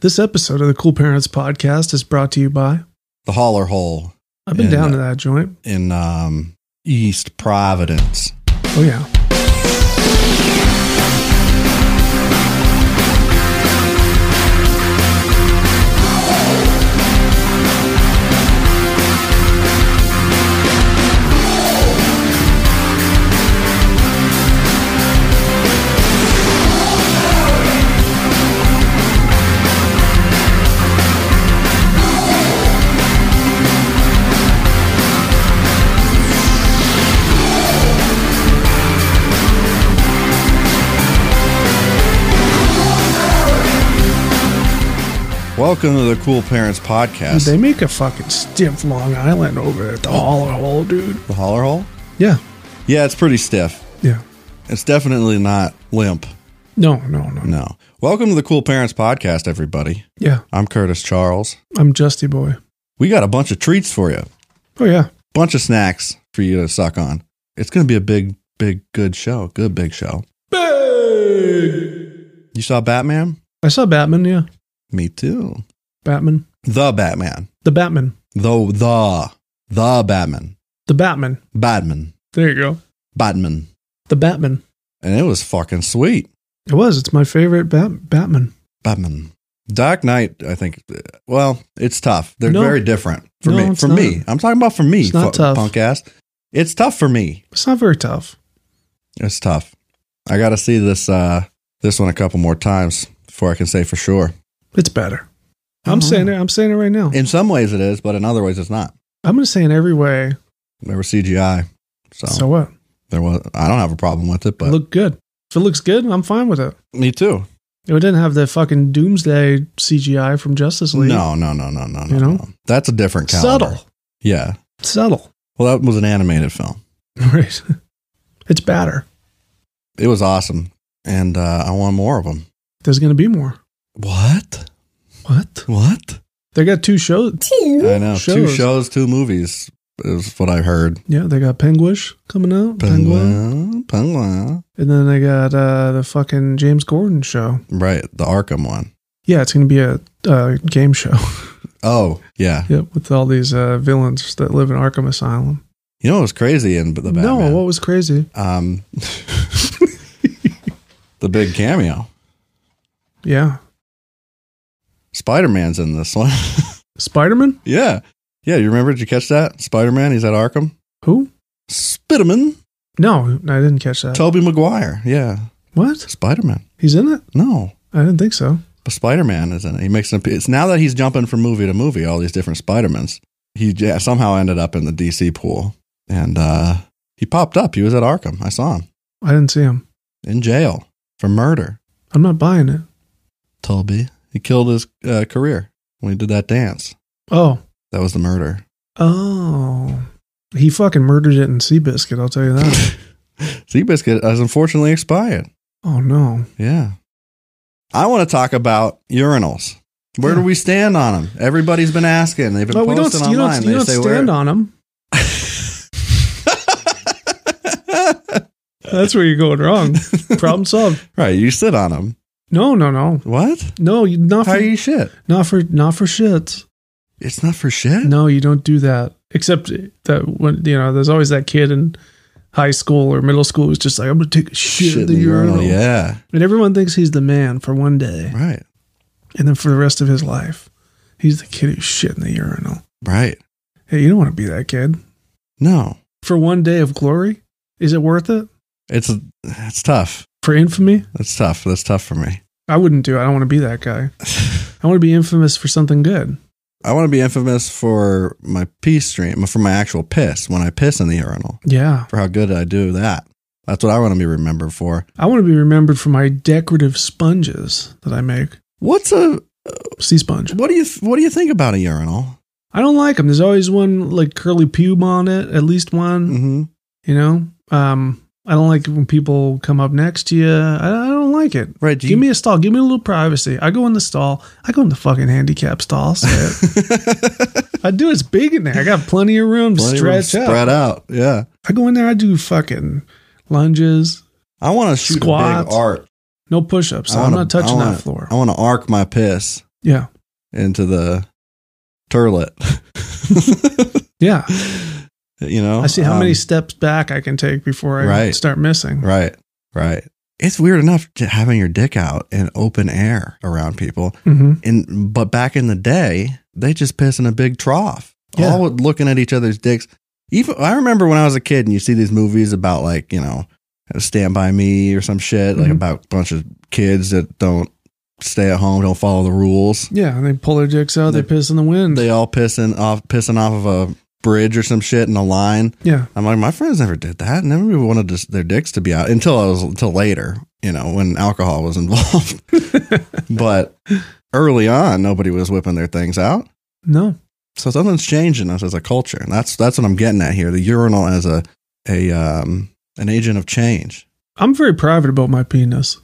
This episode of the Cool Parents Podcast is brought to you by. the Holler Hole I've been And, down uh, to that joint. in um, East Providence. Oh yeah. Welcome to the Cool Parents Dude, Podcast. they make a fucking stiff Long Island over at the holler hole, dude. the Holler Hole? Yeah. Yeah, it's pretty stiff. Yeah. It's definitely not limp. No, no, no. No. Welcome to the Cool Parents Podcast, everybody. Yeah. I'm Curtis Charles. I'm Justy Boy. We got a bunch of treats for you, Oh yeah. bunch of snacks for you to suck on. It's going to be a big, big, good show. Good, big show. Big. You saw Batman? I saw Batman, yeah. Me too. Batman. The Batman. The Batman. The, the, the Batman. The Batman. Batman. There you go. Batman. The Batman. And it was fucking sweet. It was. It's my favorite Bat- Batman. Batman. Dark Knight, I think. Well, it's tough. They're No. very different for No, me. it's For me, not. I'm talking about for me. It's not fu- tough. Punk ass. It's tough for me. It's not very tough. It's tough. I got to see this uh this one a couple more times before I can say for sure. It's better. I'm Oh. saying it. I'm saying it right now. In some ways it is, but in other ways it's not. I'm gonna say in every way. There was CGI, so, So what? there was. I don't have a problem with it, but Look good. If it looks good, I'm fine with it. me too. It didn't have the fucking doomsday CGI from Justice League. No, no, no, no, no, no. You know? no. that's a different caliber. subtle, Yeah. subtle. Well, that was an animated film. Right. It's better. It was awesome, and uh, I want more of them. There's gonna be more. What? What? What? They got two shows. I know. Two Shows. shows, two movies is what I heard. Yeah, they got Penguish coming out, Penguin, Penguin. Penguin. and then they got uh, the fucking James Gordon show. Right. The Arkham one. Yeah, it's gonna be a uh, game show. Oh, yeah. yep, with all these uh, villains that live in Arkham Asylum. You know what was crazy in the Batman? No, what was crazy? Um, the big cameo. Yeah, Spider Man's in this one. Spider Man. yeah. Yeah. You remember? Did you catch that? Spider Man? He's at Arkham? Who? Spiderman? No, I didn't catch that. Tobey Maguire. Yeah. what? Spider Man. He's in it? No. I didn't think so. But Spider Man is in it. He makes an. appe- It's now that he's jumping from movie to movie, all these different Spider Mans. He yeah, somehow ended up in the DC pool, and uh, he popped up. He was at Arkham. I saw him I didn't see him. in jail for murder. I'm not buying it. Tulby. He killed his uh, career when he did that dance. Oh, That was the murder. oh, he fucking murdered it in Seabiscuit. I'll tell you that. Seabiscuit has unfortunately expired. oh no, Yeah. I want to talk about urinals. Where do Yeah. we stand on them? Everybody's been asking. They've been no, we posting don't. online. You don't, They you don't say, stand where- on him. That's where you're going wrong. Problem solved. Right, you sit on them. No, no, no, What? no. You, not How for you shit? not for not for shits. It's not for shit. No, you don't do that. Except that when you know, there's always that kid in high school or middle school who's just like, I'm gonna take a shit, in the, urinal. Yeah, And everyone thinks he's the man for one day, right, and then for the rest of his life, he's the kid who's shit in the urinal. right. Hey, you don't want to be that kid. No, For one day of glory, is it worth it? it's it's tough. For infamy, That's tough. That's tough for me. I wouldn't do. it. I don't want to be that guy. I want to be infamous for something good. I want to be infamous for my pee stream, for my actual piss when I piss in the urinal, Yeah, for how good I do that. That's what I want to be remembered for. I want to be remembered for my decorative sponges that I make. What's a sea sponge. What do you What do you think about a urinal? I don't like them. There's always one like curly pube on it, at least one. Mm-hmm. You know, um, I don't like it when people come up next to you. I, I don't like it. Right? Do give you, me a stall. Give me a little privacy. I go in the stall. I go in the fucking handicap stall. So I do. It's big in there. I got plenty of room to Plenty of room stretch out. Spread out. Yeah. I go in there. I do fucking lunges. I want to shoot a big Squats. arc. No push-ups. I I'm wanna- not touching I wanna- that floor. I want to arc my piss yeah, into the turlet. yeah. you know. I see how Um, many steps back I can take before I Right. start missing. Right. Right. It's weird enough to having your dick out in open air around people. hmm And but back in the day, they just piss in a big trough, Yeah. all looking at each other's dicks. Even I remember when I was a kid, and you see these movies about like you know, Stand by Me or some shit, like Mhm. about a bunch of kids that don't stay at home, don't follow the rules. Yeah, and they pull their dicks out. They, They- piss in the wind. They all pissing off, pissing off of a bridge or some shit in a line. yeah, I'm like, my friends never did that. Never really wanted to, their dicks to be out until I was until later, you know, when alcohol was involved. but early on, nobody was whipping their things out. no. So something's changing us as a culture, and that's that's what I'm getting at here. The urinal as a a um an agent of change. I'm very private about my penis.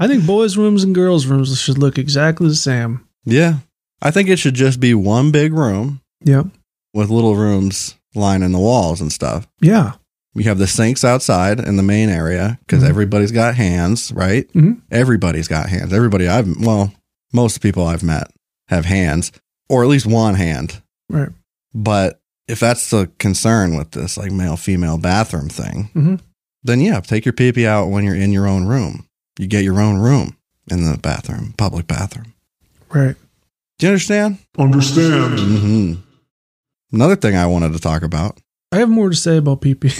I think boys' rooms and girls' rooms should look exactly the same. Yeah, I think it should just be one big room Yep. with little rooms lining the walls and stuff. Yeah. We have the sinks outside in the main area because Mhm. everybody's got hands, right? Mhm. Everybody's got hands. Everybody I've well, most people I've met have hands, or at least one hand. Right. But if that's the concern with this, like male female bathroom thing, Mhm. then yeah, take your pee pee out when you're in your own room. You get your own room in the bathroom, public bathroom. Right. Do you understand? Understand. hmm Another thing I wanted to talk about. I have more to say about pee pee.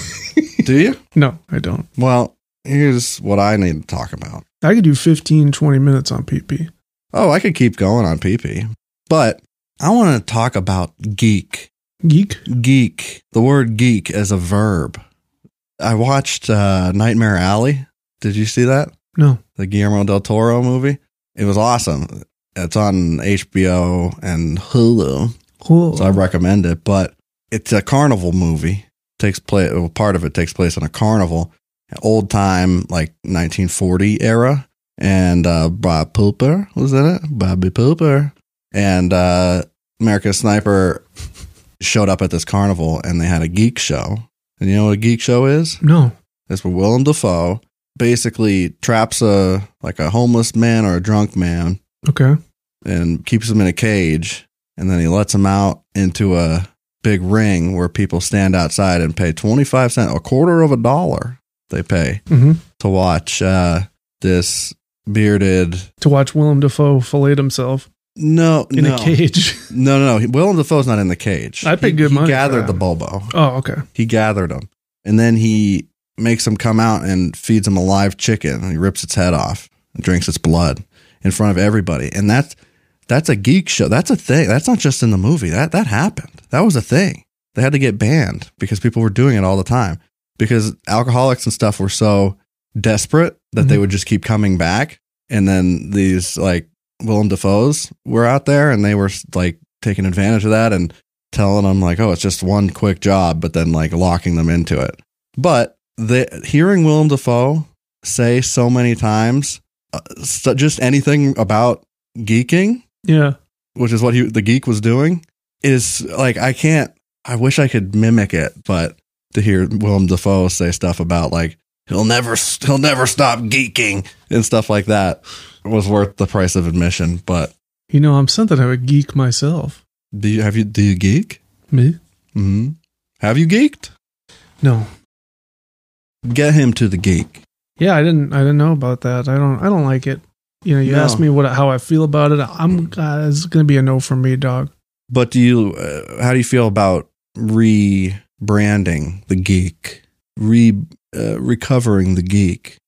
Do you? no, I don't. Well, here's what I need to talk about. I could do 15, 20 minutes on pee pee. Oh, I could keep going on PP, but I want to talk about geek. Geek. Geek, the word geek as a verb. I watched uh, Nightmare Alley. Did you see that? No. The Guillermo del Toro movie. It was awesome. It's on HBO and Hulu, Cool. so I recommend it. But it's a carnival movie. Takes place. Well, part of it takes place in a carnival, old time like 1940 era and uh, Bob Pooper was in it. Bobby Pooper and uh, America Sniper showed up at this carnival, and they had a geek show. And you know what a geek show is? no. It's where Willem Dafoe basically traps a like a homeless man or a drunk man Okay. and keeps him in a cage, and then he lets him out into a big ring where people stand outside and pay twenty five cent, a quarter of a dollar. They pay hmm to watch uh, this bearded To watch Willem Dafoe fillet himself no in no. a cage. No, no, no. Willem Dafoe's not in the cage. I paid He- good he money for gathered that. the Bulbo. oh, okay. He gathered him, and then he makes him come out and feeds him a live chicken. And he rips its head off and drinks its blood in front of everybody. And that's that's a geek show. That's a thing. That's not just in the movie. That that happened. That was a thing. They had to get banned because people were doing it all the time because alcoholics and stuff were so desperate that they Mhm. would just keep coming back. And then these like Willem Dafoe's were out there and they were like taking advantage of that and telling them like, oh, it's just one quick job, but then like locking them into it. But the hearing Willem Dafoe say so many times uh, so just anything about geeking, Yeah. which is what he, the geek was doing, is like I can't. I wish I could mimic it, but to hear Willem Dafoe say stuff about like he'll never he'll never stop geeking and stuff like that was worth the price of admission. But You know, I'm something of a geek myself. do you have you do you geek? Me? hmm Have you geeked? No. Get him to the geek. Yeah, I didn't. I didn't know about that. I don't. I don't like it. You know, you No. asked me what how I feel about it. I'm. Uh, it's gonna be a no for me, dog. But do you? Uh, how do you feel about rebranding the geek? Re uh, recovering the geek.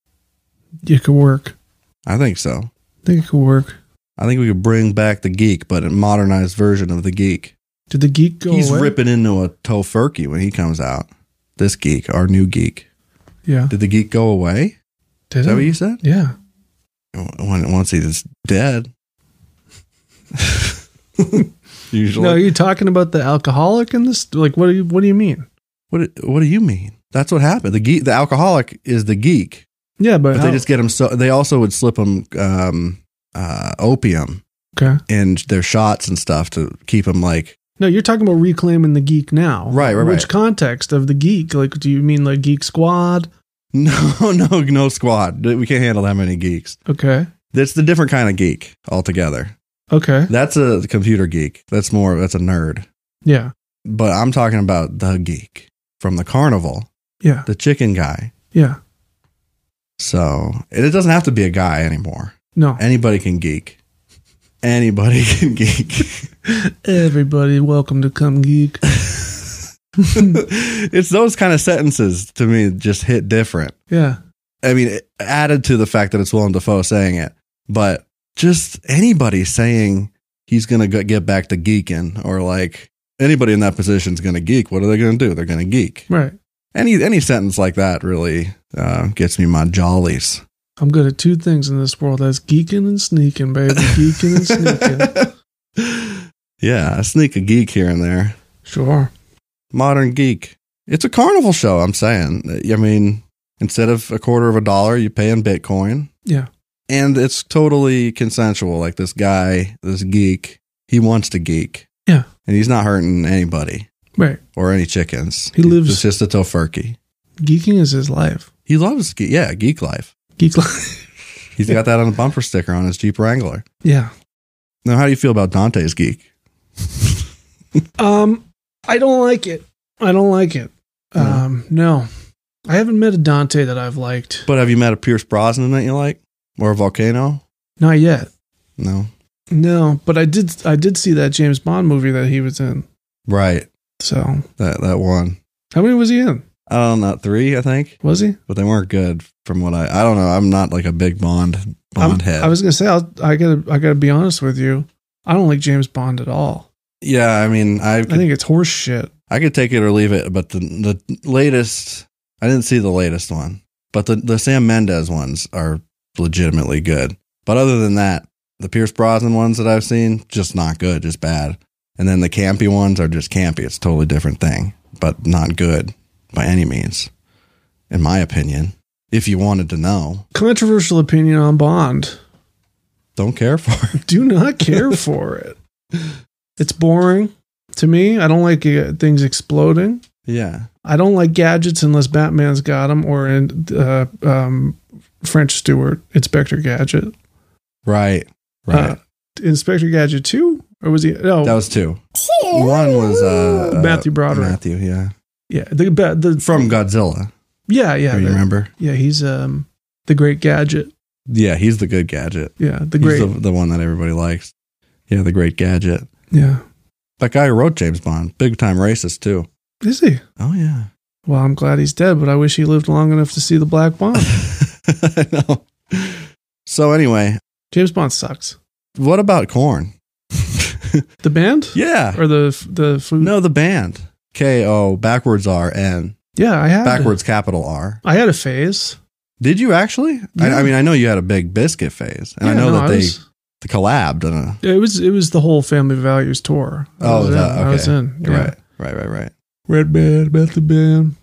It could work. I think so. I think it could work. I think we could bring back the geek, but a modernized version of the geek. Did the geek go He's away? ripping into a tofurkey when he comes out. This geek, our new geek. yeah. Did the geek go away? Did Is that it? what you said? yeah. when once he's dead. Usually, No, are you talking about the alcoholic in this? Like, what do you what do you mean? what do- what do you mean? That's what happened. The geek, the alcoholic is the geek, Yeah, but, but how- they just get him. So they also would slip him um, uh, opium okay. in their shots and stuff to keep him like No, you're talking about reclaiming the geek now, Right, right, Which right. context of the geek? Like, do you mean like Geek Squad? no, no, no squad. We can't handle that many geeks. Okay, That's the different kind of geek altogether. okay, That's a computer geek. That's more. That's a nerd. yeah, But I'm talking about the geek from the carnival, yeah, the chicken guy. yeah. So and it doesn't have to be a guy anymore. No, Anybody can geek. Anybody can geek. everybody, welcome to Come Geek. it's those kind of sentences to me just hit different. Yeah, I mean, it- added to the fact that it's Willem Dafoe saying it, but just anybody saying he's going to go- get back to geeking or like anybody in that position is going to geek. What are they going to do? They're going to geek. right. Any any sentence like that really uh, gets me my jollies. I'm good at two things in this world. That's geeking and sneaking, baby. Geeking and sneaking. yeah, I sneak a geek here and there. sure. Modern geek. It's a carnival show. I'm saying. I mean, instead of a quarter of a dollar, you pay in Bitcoin. Yeah. and it's totally consensual. Like this guy, this geek, he wants to geek. Yeah. and he's not hurting anybody Right. or any chickens. He lives- It's just a tofurkey. Geeking is his life. He loves ge- yeah geek life. Geek life. He's got that on a bumper sticker on his Jeep Wrangler. yeah. Now, how do you feel about Dante's geek? Um, I don't like it. I don't like it. No. Um, no. I haven't met a Dante that I've liked. But have you met a Pierce Brosnan that you like or a volcano? Not yet. No, No, but I did. I did see that James Bond movie that he was in. right So that that one. how many was he in? I don't know, three I think, Was he? but they weren't good from what I. I don't know. I'm not like a big Bond Bond I'm- head. I was gonna say I'll, I gotta. I gotta be honest with you. I don't like James Bond at all. yeah, I mean, I I think it's horse shit. I could take it or leave it, but the the latest I didn't see the latest one, but the the Sam Mendes ones are legitimately good. But other than that, the Pierce Brosnan ones that I've seen just not good, just bad. And then the campy ones are just campy. It's a totally different thing, but not good by any means, in my opinion. If you wanted to know, Controversial opinion on Bond. don't care for it. Do not care for it. It's boring to me. I don't like uh, things exploding. Yeah, I don't like gadgets unless Batman's got them or in uh, um, French Stewart Inspector Gadget. right, right. Uh, Inspector Gadget two or was he? No, that was two. One was uh, uh, Matthew Broderick. Matthew, yeah, yeah, the ba- the from Godzilla. yeah yeah do Oh, you the- remember? yeah he's um the Great Gadget. Yeah, he's the good gadget. Yeah, the He's great the, the one that everybody likes. Yeah, the great gadget. yeah. That guy who wrote James Bond, big time racist too. Is he? Oh yeah, Well, I'm glad he's dead, but I wish he lived long enough to see the Black Bond. I know. So anyway, James Bond sucks. what about corn? The band yeah, or the the food? no, the band K O backwards R N Yeah, I had backwards capital R. I had a phase. Did you actually? Yeah. I, I mean, I know you had a big biscuit phase, and I Yeah, know no, that they was- collabed. uh, On a, it was it was the whole Family Values tour. I Oh, was in. that- I was okay. in. Yeah. Right, right, right, right. Red Band, Bethlehem Band.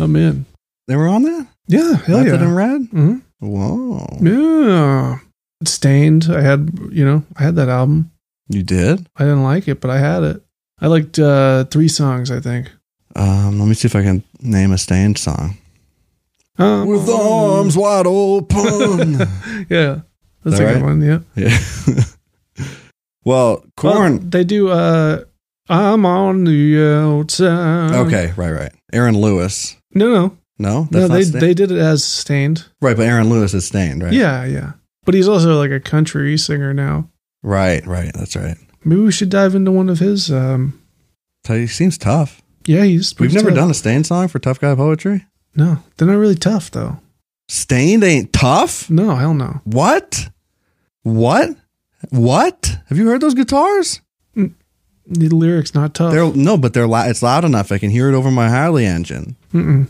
I'm in. They were on that. Yeah, hell Method yeah. and Red. hmm Whoa, Yeah. Stained. I had you know I had that album. you did. I didn't like it, but I had it. I liked uh, three songs, I think. Um, let me see if I can name a Stained song. Um, wide open. yeah, that's Is that a good right? one. Yeah. yeah. well, Well, Corn. they do. Uh, I'm on the outside. okay, right, right. Aaron Lewis. No, no, No, Oh. no. They Stained? they did it as Stained. right, but Aaron Lewis is Stained, right? Yeah, yeah. But he's also like a country singer now. Right, right. That's right. Maybe we should dive into one of his. Um, So he seems tough. yeah, he's. We've pretty never tough. done a Stained song for Tough Guy Poetry. No, they're not really tough though. Stained ain't tough. No, hell no. What? What? What? Have you heard those guitars? The lyrics not tough. They're no, but they're loud. It's loud enough. I can hear it over my Harley engine. Mm-mm,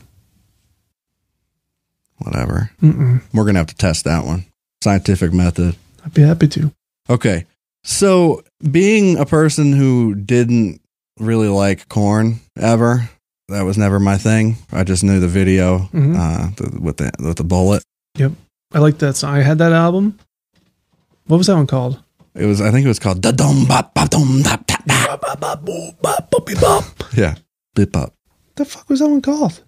Whatever. mm-mm. We're gonna have to test that one. scientific method. I'd be happy to. Okay. So, being a person who didn't really like corn ever, that was never my thing. I just knew the video Mhm. uh, the, with the with the bullet. I like that song. I had that album. What was that one called? It was I think it was called da dum bop bop dum bop tap bop The yeah bip up. fuck was that one called?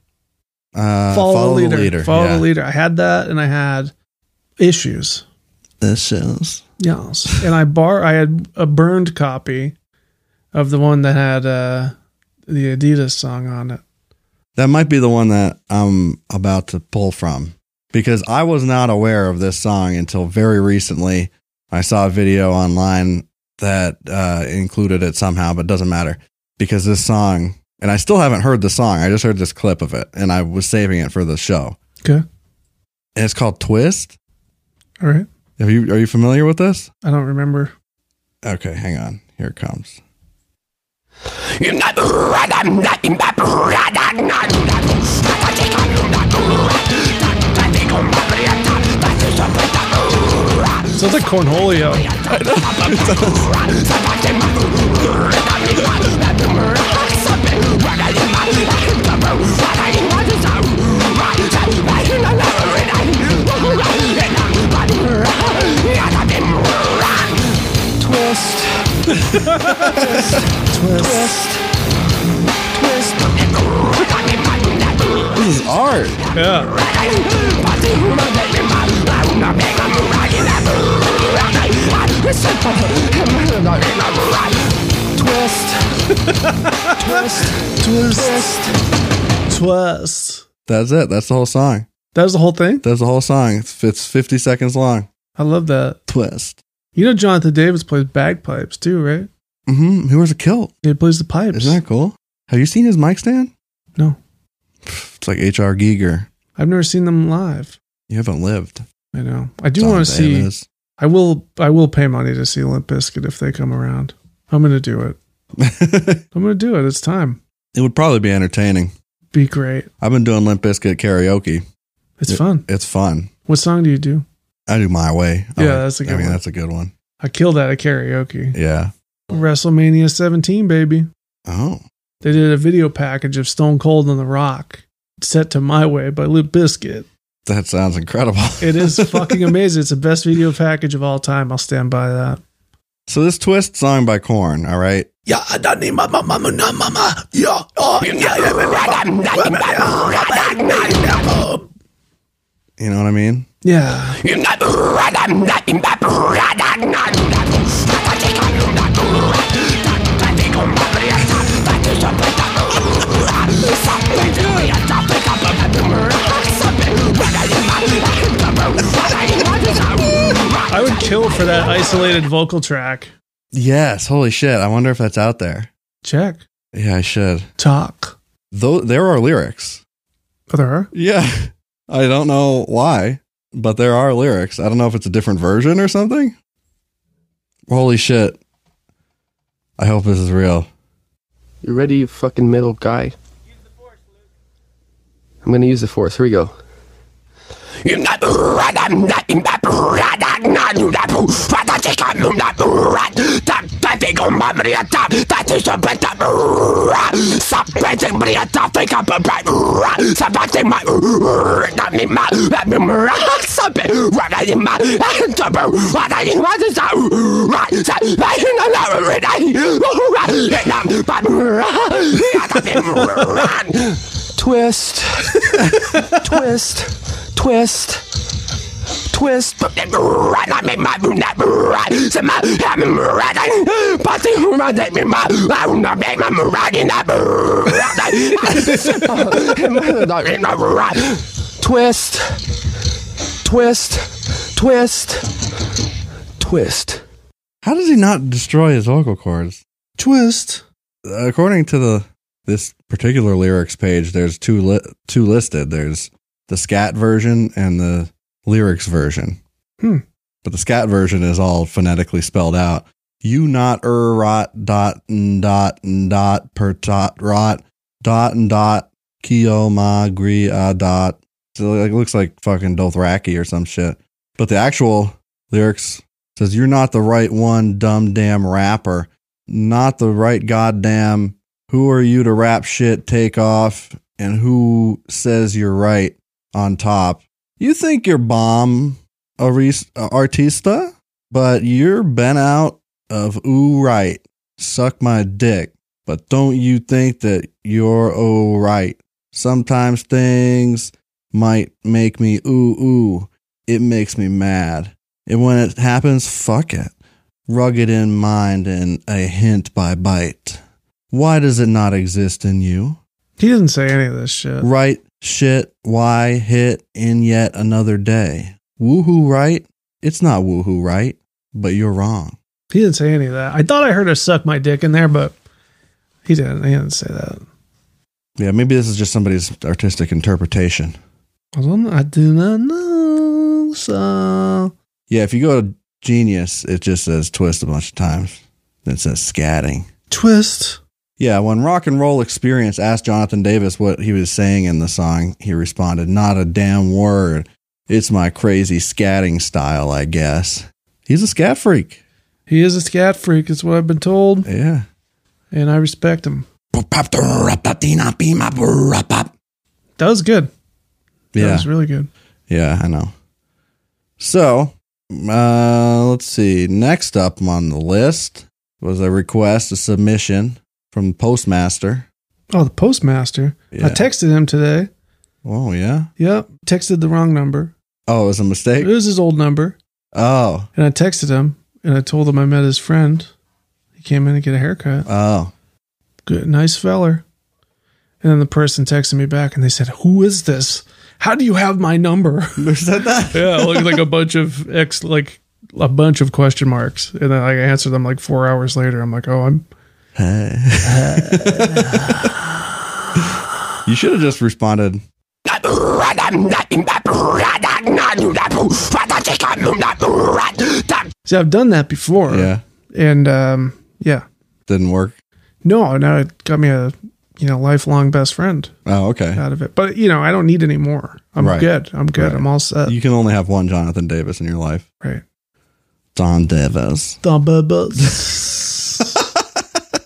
Uh, follow, the leader. Follow yeah. the leader. I had that, and I had issues. This is Yes, and I bar. I had a burned copy of the one that had uh, the Adidas song on it. that might be the one that I'm about to pull from because I was not aware of this song until very recently. I saw a video online that uh, included it somehow, but doesn't matter because this song, and I still haven't heard the song. I just heard this clip of it, and I was saving it for the show. Okay, And it's called Twist. all right. Have you are you familiar with this? I don't remember. Okay, hang on. Here it comes. Sounds like Cornholio. Twist. Twist. Twist. This is art. Yeah, Twist. Twist. Twist. twist. That's it. That's the whole song. That was the whole thing. That's the whole song. It's, it's 50 seconds long. I love that. Twist. You know, Jonathan Davis plays bagpipes too, right? Mm-hmm. Who wears a kilt? He plays the pipes. Isn't that cool? Have you seen his mic stand? No, It's like H.R. Giger. I've never seen them live. You haven't lived. I know. I do want to see. I will. I will pay money to see Limp Bizkit if they come around. I'm gonna do it. it I'm gonna do it. It's time. would probably be entertaining. Be great. I've been doing Limp Bizkit karaoke. It's Yeah. fun. It's fun. What song do you do? I do my way. I Yeah, like- that's a good I mean, one. that's a good one. I killed that at karaoke. Yeah. WrestleMania 17, baby. Oh. They did a video package of Stone Cold and The Rock, set to My Way by Limp Biscuit. That sounds incredible. It is fucking amazing. It's the best video package of all time. I'll stand by that. So this twist song by Korn, all right? Yeah, I don't need mama, mama, no mama. Yeah, oh, yeah, yeah, yeah, yeah. You know what I mean? Yeah. I would kill for that isolated vocal track. Yes. Holy shit. I wonder if that's out there. Check. Yeah, I should. Talk. Though there are lyrics. Oh, there are? Yeah. I don't know why, but there are lyrics. I don't know if it's a different version or something. Holy shit. I hope this is real. You ready, you fucking middle guy? Use the force, I'm gonna use the force. Here we go. uh, Twist. twist, twist, twist. twist, twist, twist, twist. How does he not destroy his vocal cords? Twist. According to the this particular lyrics page, there's two li- two listed. There's the scat version and the lyrics version. Hmm. But the scat version is all phonetically spelled out. You not er rot dot and dot and dot per dot rot dot and dot kio ma gri a dot. So it looks like fucking Dothraki or some shit. But the actual lyrics says, "You're not the right one, dumb damn rapper. Not the right goddamn. Who are you to rap shit? Take off. And who says you're right on top? You think you're bomb aris- uh, artista, but you're bent out of ooh right. Suck my dick. But don't you think that you're all right? Sometimes things might make me ooh ooh. It makes me mad. And when it happens, fuck it. Rugged in mind and a hint by bite. Why does it not exist in you? He doesn't say any of this shit. Right shit, why hit in yet another day? Woohoo, right? It's not woohoo, right? But you're wrong. He didn't say any of that. I thought I heard her suck my dick in there, but he didn't. He didn't say that. Yeah, maybe this is just somebody's artistic interpretation. I don't. know. I do not know. So Yeah, if you go to Genius, it just says twist a bunch of times. Then it says scatting. twist. Yeah, when Rock and Roll Experience asked Jonathan Davis what he was saying in the song, he responded, Not a damn word. It's my crazy scatting style, I guess. He's a scat freak. He is a scat freak. Is what I've been told, Yeah. and I respect him. Yeah, That was good. That was really good. yeah, I know. So, uh, let's see. Next up on the list was a request, a submission from Postmaster. Oh, the postmaster. Yeah. I texted him today. Oh, yeah. Yep, texted the wrong number. Oh, it was a It mistake. was his old number, Oh, and I texted him, and I told him I met his friend. He came in to get a haircut. oh, Good, nice feller. And then the person texted me back, and they said, "Who is this? How do you have my number?" is that that? yeah, it looked like a bunch of ex, like a bunch of question marks, and then I answered them like four hours later. I'm like, "Oh, I'm." you should have just responded. See, I've done that before. Yeah, and um, yeah, didn't work. no, now it got me a you know lifelong best friend Oh, okay. out of it. But you know, I don't need any more. I'm Right. good. I'm good. I'm all set. You can only have one Jonathan Davis in your life. right. Don Davis. The bubbles.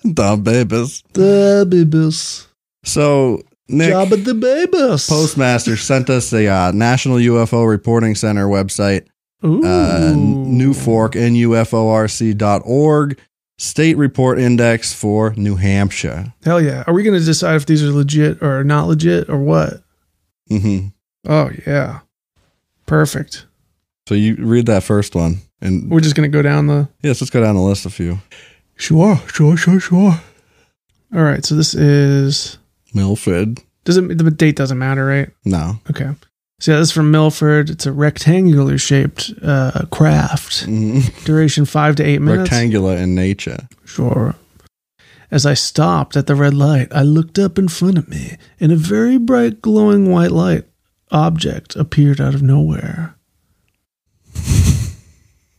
Don Davis. the babies. So, Nick, Job of the babies. Postmaster sent us the uh, National UFO Reporting Center website, Ooh. uh, New Fork, NUFORC.org, State Report Index for New Hampshire. Hell yeah. Are we going to decide if these are legit or not legit or what? hmm Oh, yeah. Perfect. So, you read that first one. And We're just going to go down the. yes, let's go down the list a few. Sure, sure, sure, sure. All right. So this is. Milford. Doesn't the date doesn't matter, right? No. Okay. So yeah, this is from Milford. It's a rectangular shaped uh, craft. Mhm. Duration five to eight minutes. rectangular in nature. Sure. As I stopped at the red light, I looked up in front of me, and a very bright, glowing white light object appeared out of nowhere.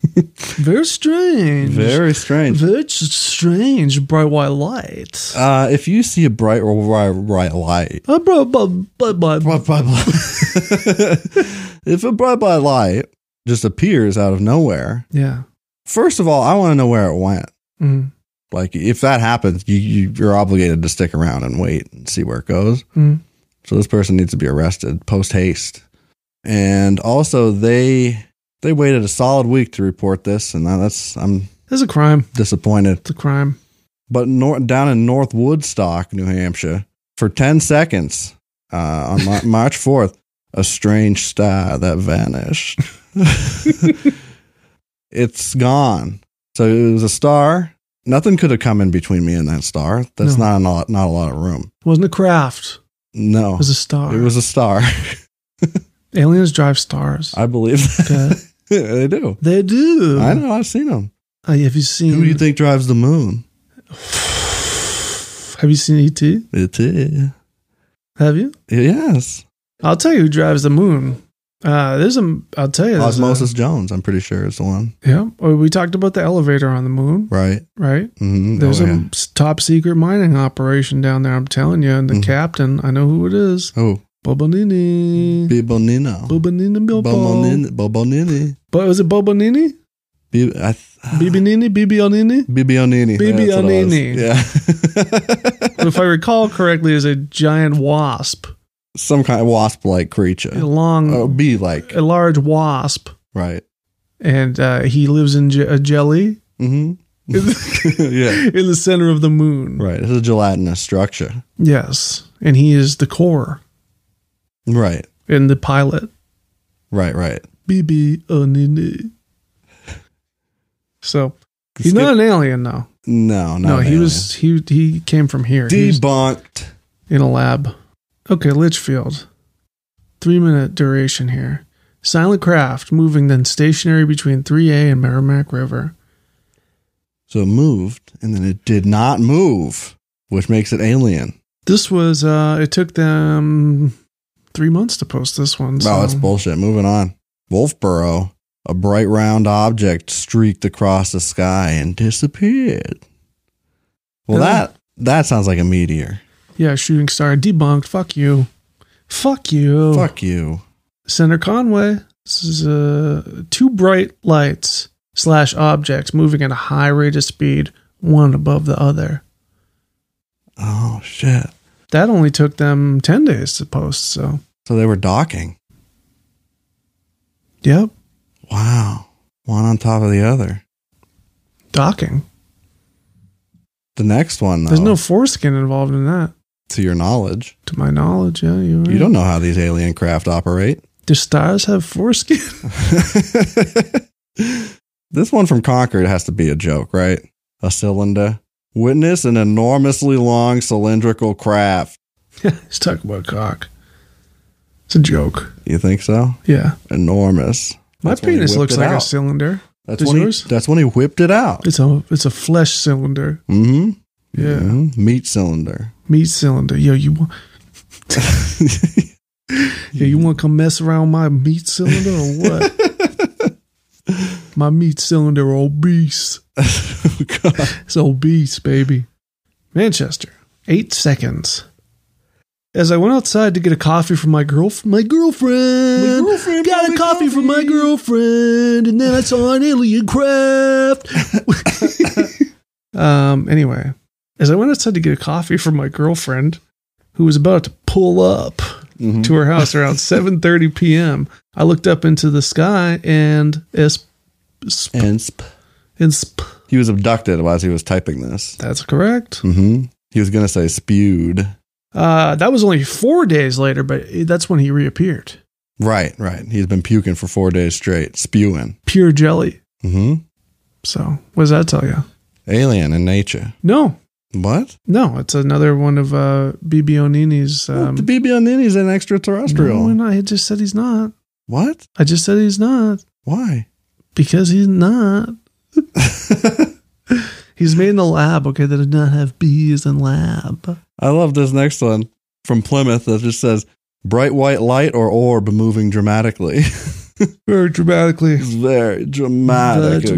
very strange. Very strange. Very strange, bright white light. Uh, Uh, if you see a bright or bright, bright light, I brought my, my, my, bright, bright, bright. if a bright, bright light just appears out of nowhere, yeah. first of all, I want to know where it went. Mm. Like, if that happens, you, you, you're obligated to stick around and wait and see where it goes. Mm. So this person needs to be arrested post haste. And also, they they waited a solid week to report this, and that's I'm This is a crime. disappointed. It's a crime. but nor- down in North Woodstock, New Hampshire, for 10 seconds uh, on Mar- March 4th, a strange star that vanished. it's gone. So it was a star. Nothing could have come in between me and that star. That's No. not, a lot, not a lot of room. wasn't a craft. No. It was a star. It was a star. aliens drive stars. I believe Okay. that. they do. they do. I know. I've seen them. Uh, have you seen? Who do you think drives the moon? Have you seen ET? It is. Have you? Yes. I'll tell you who drives the moon. Uh, there's a. I'll tell you. there's a- Osmosis Jones, I'm pretty sure, is the one. yeah. Oh, we talked about the elevator on the moon, Right. right? Mm-hmm. There's a Mm-hmm. s- top secret mining operation down there. I'm telling you, and the captain. I know who it is. Oh, Bobonini. Bibonino. Bobonini Bilbo. Bobonini. Bobonini. But was it Bobonini? Bib- I th- Bibinini? Bibionini? Bibionini. Bibionini. Yeah. if I recall correctly, is a giant wasp. Some kind of wasp like creature. A long, Oh, bee like. a large wasp. Right. And uh, he lives in j- a jelly Mm hmm. yeah. in the center of the moon. Right. This is a gelatinous structure. Yes. And he is the core Right. and the pilot. Right. Right. BB Onini. So he's Skip- not an alien though. No, Oh, not no, an he alien. was he he came from here. He was debunked. in a lab. Okay, Litchfield. Three minute duration here. Silent craft moving then stationary between 3A and Merrimack River. So it moved, and then it did not move, which makes it alien. This was uh it took them three months to post this one. Oh, so- that's bullshit. Moving on. Wolfboro, a bright round object streaked across the sky and disappeared. Well, Really? that that sounds like a meteor. Yeah, shooting star debunked. Fuck you. Fuck you. Fuck you. Senator Conway. This is uh, two bright lights slash objects moving at a high rate of speed, one above the other. Oh shit. That only took them 10 days to post. So, So they were docking. yep, Wow. One on top of the other. docking. The next one, though, There's no foreskin involved in that, to your knowledge, to my knowledge. Yeah, you're right. you don't know how these alien craft operate. Do stars have foreskin? this one from Concord has to be a joke, right? A cylinder. Witness an enormously long cylindrical craft. He's talking about cock. It's a joke. You think so? Yeah. Enormous. My That's when he penis whipped looks it like a out. cylinder. That's Does when, he, yours? that's when he whipped it out. It's a it's a flesh cylinder. Mm-hmm. Yeah. Meat cylinder. Meat cylinder. Yo, you want Yeah, you want to come mess around my meat cylinder or what? my meat cylinder obese. Oh, God. It's obese, baby. Manchester, eight seconds. As I went outside to get a coffee from my girlf- my girlfriend, girlfriend, got my a coffee from my girlfriend, and then I saw an alien craft. um. Anyway, as I went outside to get a coffee from my girlfriend, who was about to pull up Mhm. to her house around 7:30 p.m. I looked up into the sky and es- sp- And sp- and sp- he was abducted as he was typing this. that's correct. Mm-hmm. He was going to say spewed. Uh, that was only four days later, but it- that's when he reappeared. Right, right. He's been puking for four days straight, spewing. Pure jelly. Mm-hmm. So what does that tell you? Alien in nature. No, What? no, it's another one of uh, BB Onini's. Um, Oh, the BB on is an extraterrestrial. no, and I had just said he's not. what? I just said he's not Why? because he's not. he's made in the lab. Okay, that did not have bees in lab. I love this next one from Plymouth that just says bright white light or orb moving dramatically. Very dramatically. It's very dramatic, Very dramatic.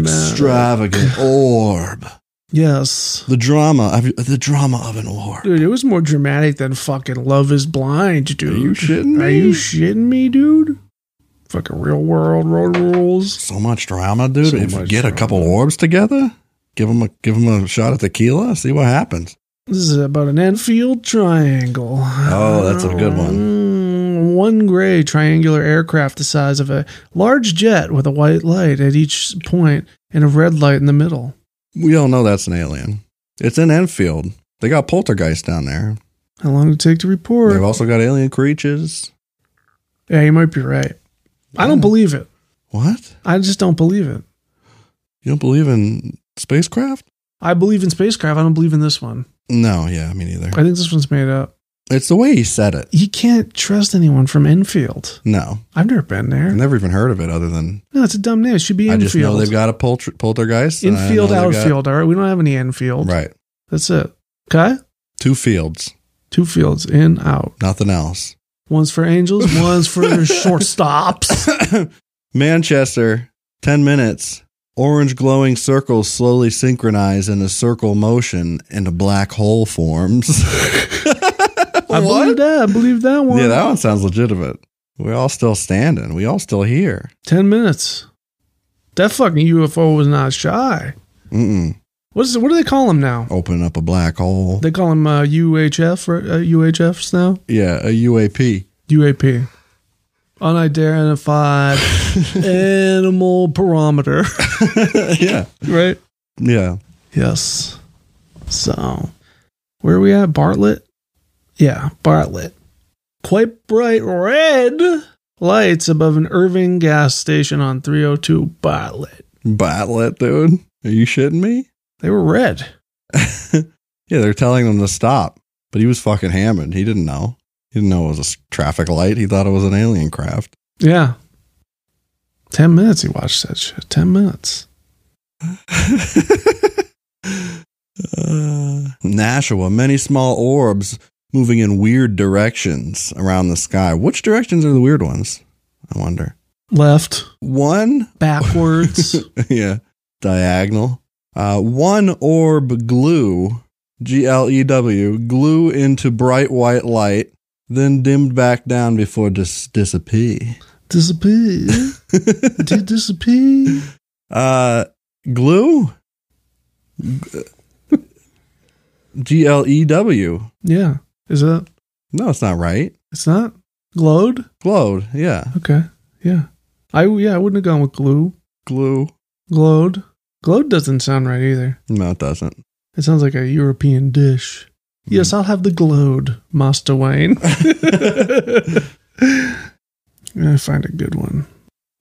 extravagant orb. Yes. The drama of the drama of an orb. Dude, it was more dramatic than fucking Love is Blind, dude. Are you shitting Are me? you shitting me, dude? Fucking real world road rules. So much drama, dude. So if you much get a drama. couple orbs together, give them a give 'em a shot at tequila, see what happens. This is about an Enfield triangle. Oh, that's a good one. Mm, One gray triangular aircraft the size of a large jet with a white light at each point and a red light in the middle. We all know that's an alien. It's in Enfield. They got poltergeist down there. How long did it take to report? They've also got alien creatures. yeah, you might be right. I don't believe it. What? I just don't believe it. You don't believe in spacecraft? I believe in spacecraft. I don't believe in this one. No, yeah, me neither. I think this one's made up. It's the way he said it. you can't trust anyone from Enfield. No, I've never been I've there. never even heard of it other than No, it's a dumb name. It should be I Enfield. just know they've got a polter- poltergeist. and I know Infield, they've got- outfield. All right, we don't have any Enfield. Right. That's it. Okay, Two fields, two fields in out. nothing else. One's for angels. one's for shortstops. Manchester, 10 minutes. Orange glowing circles slowly synchronize in a circle motion and a black hole forms. I believe that. I believe that one. Yeah, that one sounds legitimate. We're all still standing. We all still here. Ten minutes. That fucking UFO was not shy. Mm-mm. What's what do they call him now? Open up a black hole. They call him uh, UHF or uh, UHFs now. Yeah, a UAP. UAP. Unidentified animal parameter. yeah, right. yeah. Yes. So, where are we at? Bartlett? Yeah, Bartlett. Quite bright red lights above an Irving gas station on 302 Bartlett. Bartlett, dude. Are you shitting me? They were red. Yeah, they're telling them to stop, but he was fucking hammered. He didn't know. He didn't know it was a s- traffic light. He thought it was an alien craft. Yeah. 10 minutes he watched that shit. 10 minutes. Uh, Nashua, many small orbs moving in weird directions around the sky. Which directions are the weird ones? I wonder. Left, One backwards. yeah. Diagonal. Uh, one orb glue, G L E W, glue into bright white light, then dimmed back down before dis- disappear. disappear. to disappear. Uh, glue? G L E W. Yeah. Is that? No, it's not right. It's not? Glowed? Glowed. Yeah. Okay. Yeah. I yeah, I wouldn't have gone with glue. Glue. Glowed. Glowed doesn't sound right either. No, it doesn't. It sounds like a European dish. Yes, I'll have the glowed, Master Wayne. I find a good one.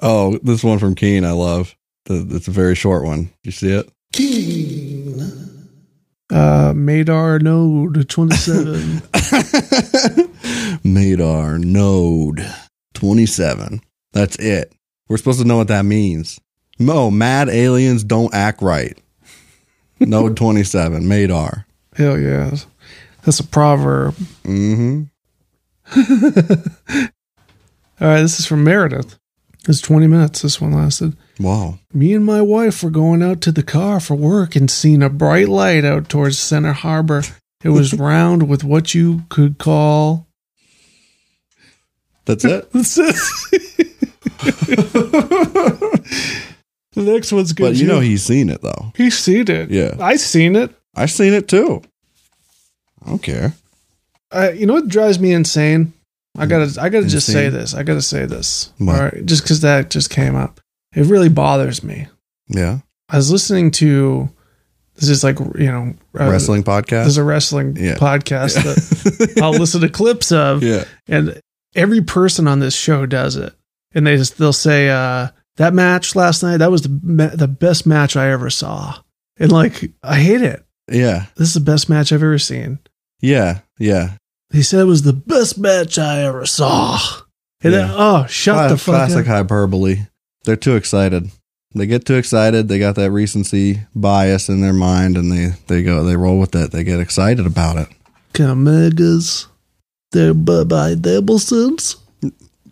Oh, this one from Keen I love. The- It's a very short one. You see it? Uh Madar Node 27. Madar Node 27. That's it. We're supposed to know what that means. No, mad aliens don't act right. Node 27, Madar. Hell yeah. That's a proverb. Mm-hmm. All right, this is from Meredith. It's 20 minutes this one lasted. Wow. Me and my wife were going out to the car for work and seen a bright light out towards Center Harbor. It was round with what you could call. That's it? The next one's good. but you too. know he's seen it, though. He's seen it. Yeah. I seen it. I've seen it, too. I don't care. Uh, you know what drives me insane? I gotta, I gotta just say Insane? this. I gotta say this. What? All right, just because that just came up, it really bothers me. Yeah. I was listening to this is like you know uh, Wrestling podcast? This is a wrestling Yeah. podcast that I'll listen to clips of. yeah. and every person on this show does it and they just they'll say uh that match last night that was the ma- the best match i ever saw and like i hate it Yeah. this is the best match i've ever seen Yeah. Yeah. he said it was the best match i ever saw and then Yeah. oh shut Cla- the fuck classic up hyperbole. They're too excited. They get too excited. They got that recency bias in their mind, and they they go they roll with it. They get excited about it. Comegas, their bye-bye Debelsons,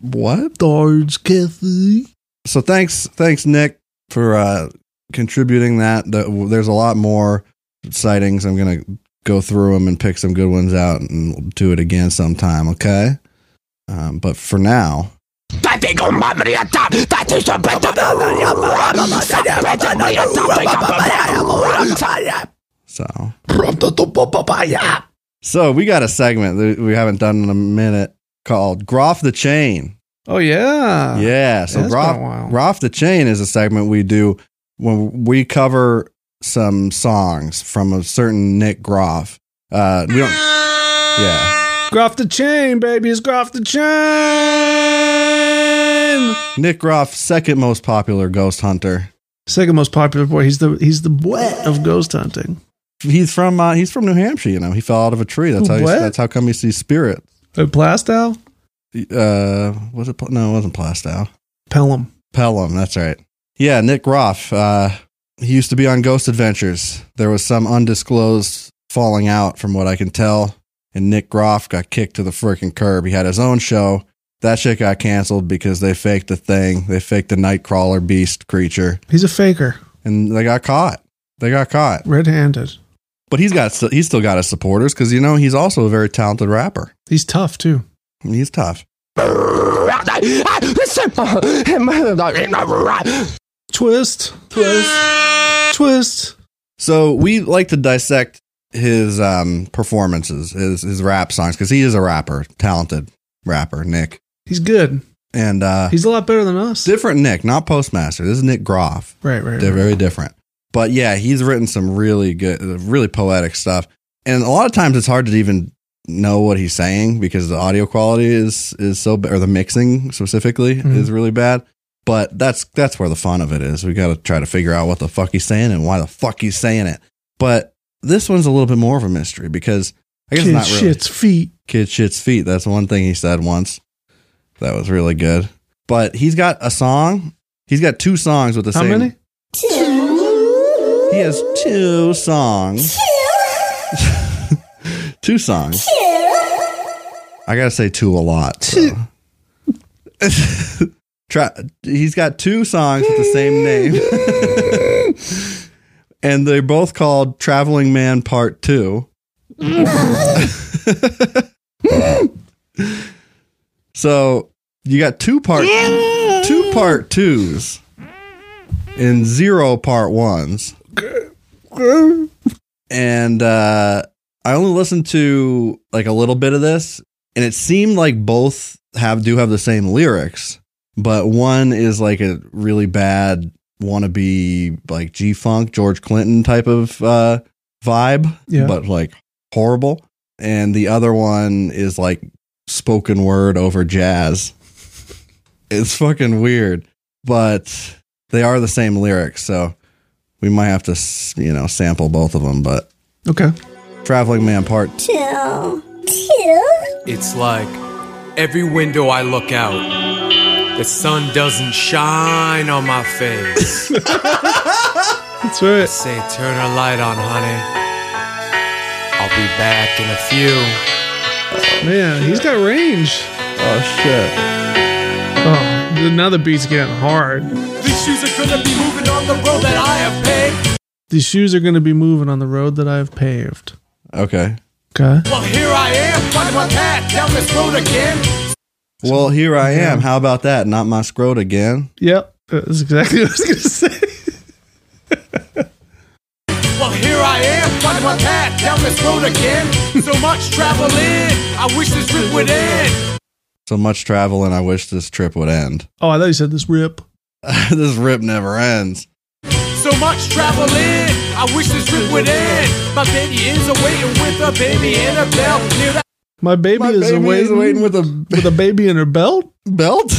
What? Orange Cafe. So thanks thanks Nick for uh, contributing that. The, there's a lot more sightings. I'm gonna go through them and pick some good ones out, and we'll do it again sometime. Okay. Um, but for now, so so we got a segment that we haven't done in a minute called Groff the Chain. oh yeah Yeah. So Yeah, it's been Roff, a while. Roff the Chain is a segment we do when we cover some songs from a certain Nick Groff. Uh, we don't. Yeah. Groff the chain, baby. It's Groff the chain. Nick Groff's second most popular ghost hunter. Second most popular boy. He's the he's the wet of ghost hunting. He's from uh, he's from New Hampshire. You know, he fell out of a tree. That's how he, What? that's how come he sees spirit. Uh, Plastow, Uh, was it? Pl- No, it wasn't Plastow. Pelham. Pelham, that's right. Yeah, Nick Groff. Uh, he used to be on Ghost Adventures. There was some undisclosed falling out, from what I can tell. And Nick Groff got kicked to the freaking curb. He had his own show. That shit got canceled because they faked the thing. They faked the Nightcrawler beast creature, He's a faker, and they got caught. They got caught. red-handed. But he's got he's still got his supporters because you know he's also a very talented rapper. He's tough too. I mean, he's tough. Twist, twist, twist. So we like to dissect his um, performances, his his rap songs, because he is a rapper, talented rapper, Nick, He's good. and uh, He's a lot better than us. different Nick, not Postmaster. This is Nick Groff. Right, right. They're right. very different. But yeah, he's written some really good, really poetic stuff. And a lot of times it's hard to even know what he's saying because the audio quality is is so ba- or the mixing specifically Mhm. is really bad. But that's that's where the fun of it is. We got to try to figure out what the fuck he's saying and why the fuck he's saying it. But this one's a little bit more of a mystery because I guess Kid not really shits feet. kid shits feet. That's one thing he said once. That was really good. But he's got a song. He's got two songs with the How same. many? He has two songs. two songs. I gotta say two a lot. so. Try, he's got two songs with the same name. and they're both called Traveling Man Part Two. so you got two part two part twos and zero part ones. And uh, I only listened to like a little bit of this, and it seemed like both have do have the same lyrics, but one is like a really bad wannabe like G Funk George Clinton type of uh, vibe, Yeah. but like horrible, and the other one is like spoken word over jazz. It's fucking weird, but they are the same lyrics, so we might have to, s- you know, sample both of them. But Okay. Traveling Man Part Two. It's like every window I look out, the sun doesn't shine on my face. That's right. Say, turn her light on, honey. I'll be back in a few. Man, he's got range. Oh shit! Oh, the- now the beat's getting hard. These shoes are gonna be moving on the road that I have paved. These shoes are going to be moving on the road that I've paved. Okay. Okay. Well, here I am, finding my path down this road again. Well, here I am. How about that? Not my scrot again. Yep. That's exactly what I was going to say. Well, here I am, finding my path down this road again. So much traveling, I wish this trip would end. So much travel, and I wish this trip would end. Oh, I thought you said this rip. this rip never ends. So much traveling, I wish this trip would end. My baby is awaiting with a baby and a bell. Near that My baby, My is, baby awaiting is waiting with a with a baby in her belt. belt.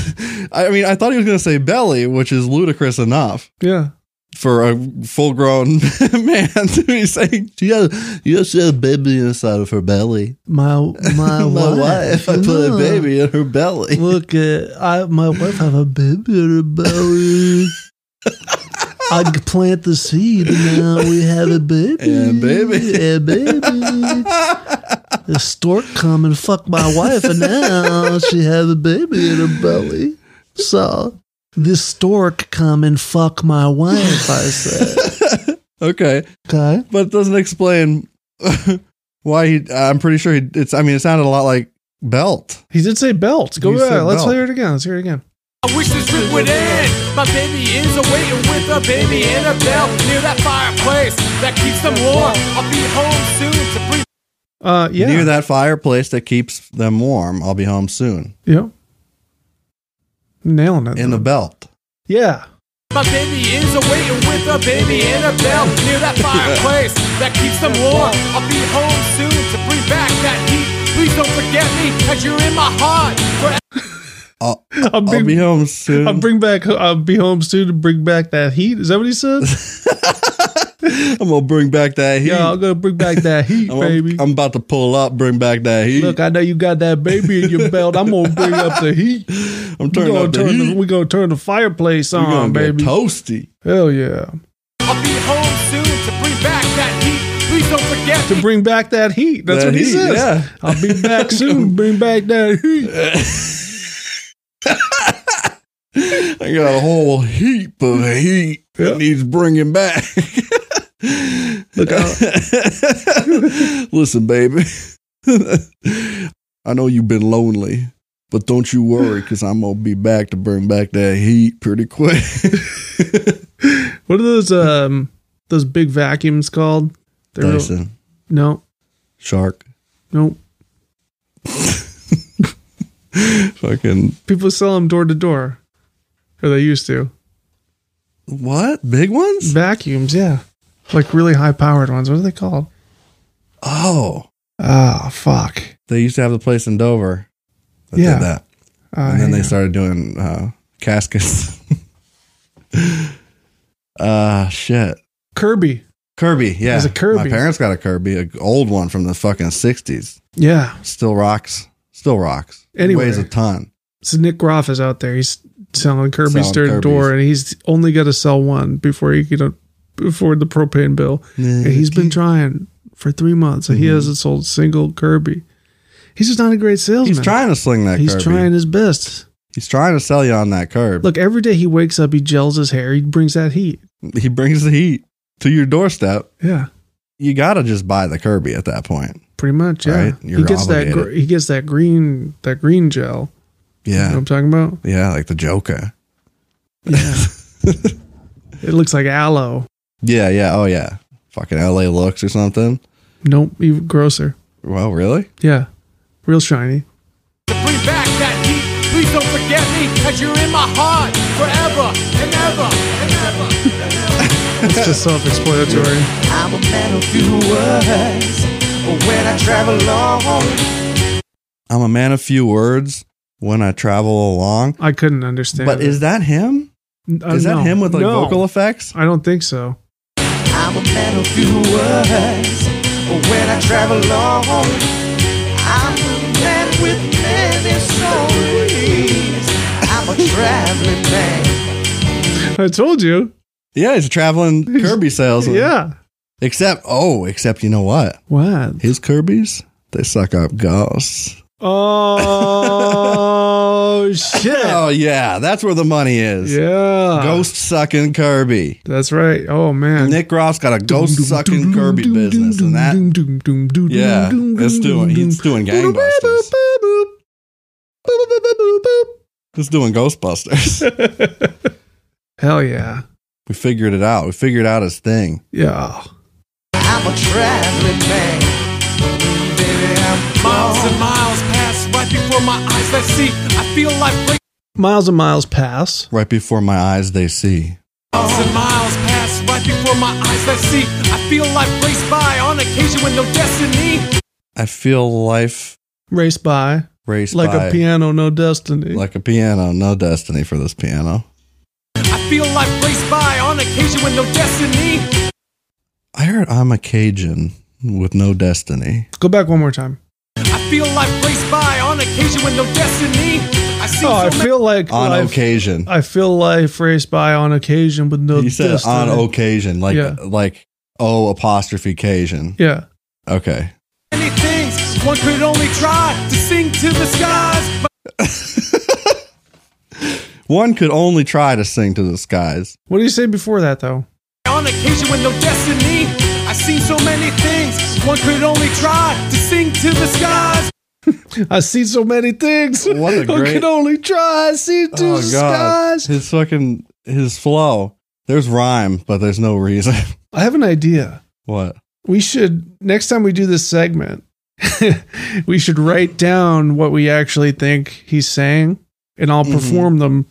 I mean, I thought he was going to say belly, which is ludicrous enough Yeah. for a full-grown man to be saying, "Yeah, you see a baby inside of her belly." My my, My wife, I put a Yeah. baby in her belly. Look, uh, I my wife have a baby in her belly. I g- plant the seed, and now we have a baby. And baby. and baby. The stork come and fuck my wife, and now she have a baby in her belly. So this stork come and fuck my wife. I said, Okay, okay, but it doesn't explain why he. I'm pretty sure he. It's. I mean, it sounded a lot like belt. he did say belt. Go He back. said Let's belt. hear it again. Let's hear it again. I wish this trip would end. My baby is awaiting with a baby and a bell. Near that fireplace that keeps them warm. I'll be home soon to breathe. Uh, Near that fireplace that keeps them warm. I'll be home soon. Yep. Nailing it. In the belt. yeah. My baby is awaiting with a baby and a bell. Near that fireplace that keeps them warm. I'll be home soon to bring back that heat. Please don't forget me as you're in my heart. For I'll, A I'll big- be home soon. I'll bring back. I'll be home soon to bring back that heat. Is that what he said? I'm gonna bring back that heat. yeah, I'm gonna bring back that heat, I'm, baby. I'm about to pull up. Bring back that heat. Look, I know you got that baby in your belt. I'm gonna bring up the heat. I'm We're turning gonna, up the turn the, heat. we gonna turn the fireplace We're on, gonna get baby. toasty. Hell yeah! I'll be home soon to bring back that heat. Please don't forget To me. bring back that heat. That's That what he heat, says. yeah. I'll be back soon. Bring back that heat. Uh, I got a whole heap of heat Yeah. that needs bringing back. Look out. Listen, baby. I know you've been lonely, but don't you worry because I'm going to be back to bring back that heat pretty quick. What are those um those big vacuums called? They're real- Dyson, no, shark, no. fucking People sell them door to door, or they used to. what? Big ones? Vacuums, yeah, like really high powered ones. What are they called? Oh, Ah, fuck. they used to have the place in Dover that Yeah. did that. Ah, and then yeah. they started doing uh, caskets. Ah, shit. Kirby. Kirby, yeah. There's a Kirby. My parents got a Kirby, an old one from the fucking 60s. Yeah. Still rocks. Still rocks. Anyway. Weighs a ton. So Nick Groff is out there. He's selling Kirby's Selling third Kirby's. door, and he's only got to sell one before he can afford the propane bill. And he's been trying for three months, and he Mm-hmm. hasn't sold a single Kirby. He's just not a great salesman. He's trying to sling that He's Kirby. trying his best. He's trying to sell you on that Kirby. Look, every day he wakes up, he gels his hair, he brings that heat. He brings the heat to your doorstep. Yeah, You got to just buy the Kirby at that point. pretty much. Yeah, Right? he You're gets that. obligated. Gr- he gets that green. That green gel. You know what Yeah. I'm talking about? Yeah, like the Joker. Yeah. it looks like aloe. Yeah, yeah. Oh, yeah. Fucking LA looks or something. Nope, even grosser. Well, really? Yeah, real shiny. to bring back that heat. Please don't forget me, as you're in my heart forever and ever and ever. It's just self-explanatory. I'm a man of few words. But when I travel alone, I'm a man of few words when I travel along. I couldn't understand. Uh, But is that him? that, Is that him with like vocal effects? I don't think so. I'm a man of few words. But when I travel alone, I'm a man with many stories. I'm a traveling man. I told you. Yeah, he's a traveling Kirby salesman. Yeah. Except, oh, except you know what? What? His Kirby's, they suck up ghosts. Oh shit. Oh, yeah. That's where the money is. Yeah. Ghost sucking Kirby. That's right. Oh man. Nick Ross got a ghost sucking Kirby business, and that, yeah, it's doing, he's doing gangbusters. It's doing Ghostbusters. Hell yeah. we figured it out. We figured out his thing. Yeah. I'm a traveling man. Baby, I'm Miles and miles pass right before my eyes. I see. I feel like Miles and miles pass. Right before my eyes, they see. miles and miles pass right before my eyes. I see. I feel life race by on occasion with no destiny. I feel life Race by race like by, a piano, no destiny. Like a piano. No destiny for this piano. I feel life race by on occasion with no destiny. I heard I'm a Cajun with no destiny. Go back one more time. I feel life race by on occasion with no destiny. I see. Oh, I so many- feel like On life- occasion. I feel life race by on occasion with no. you said destiny. on occasion, like Yeah. like oh apostrophe occasion. Yeah. Okay. many things one could only try to sing to the skies. But One could only try to sing to the skies. What do you say before that though? on occasion, with no destiny, I've seen so many things one could only try to sing to the skies. I see so many things. What a I great- can only try. I see to the skies. Oh, His fucking his flow. There's rhyme, but there's no reason. I have an idea. what? We should next time we do this segment, we should write down what we actually think he's saying, and I'll Mm-hmm. perform them.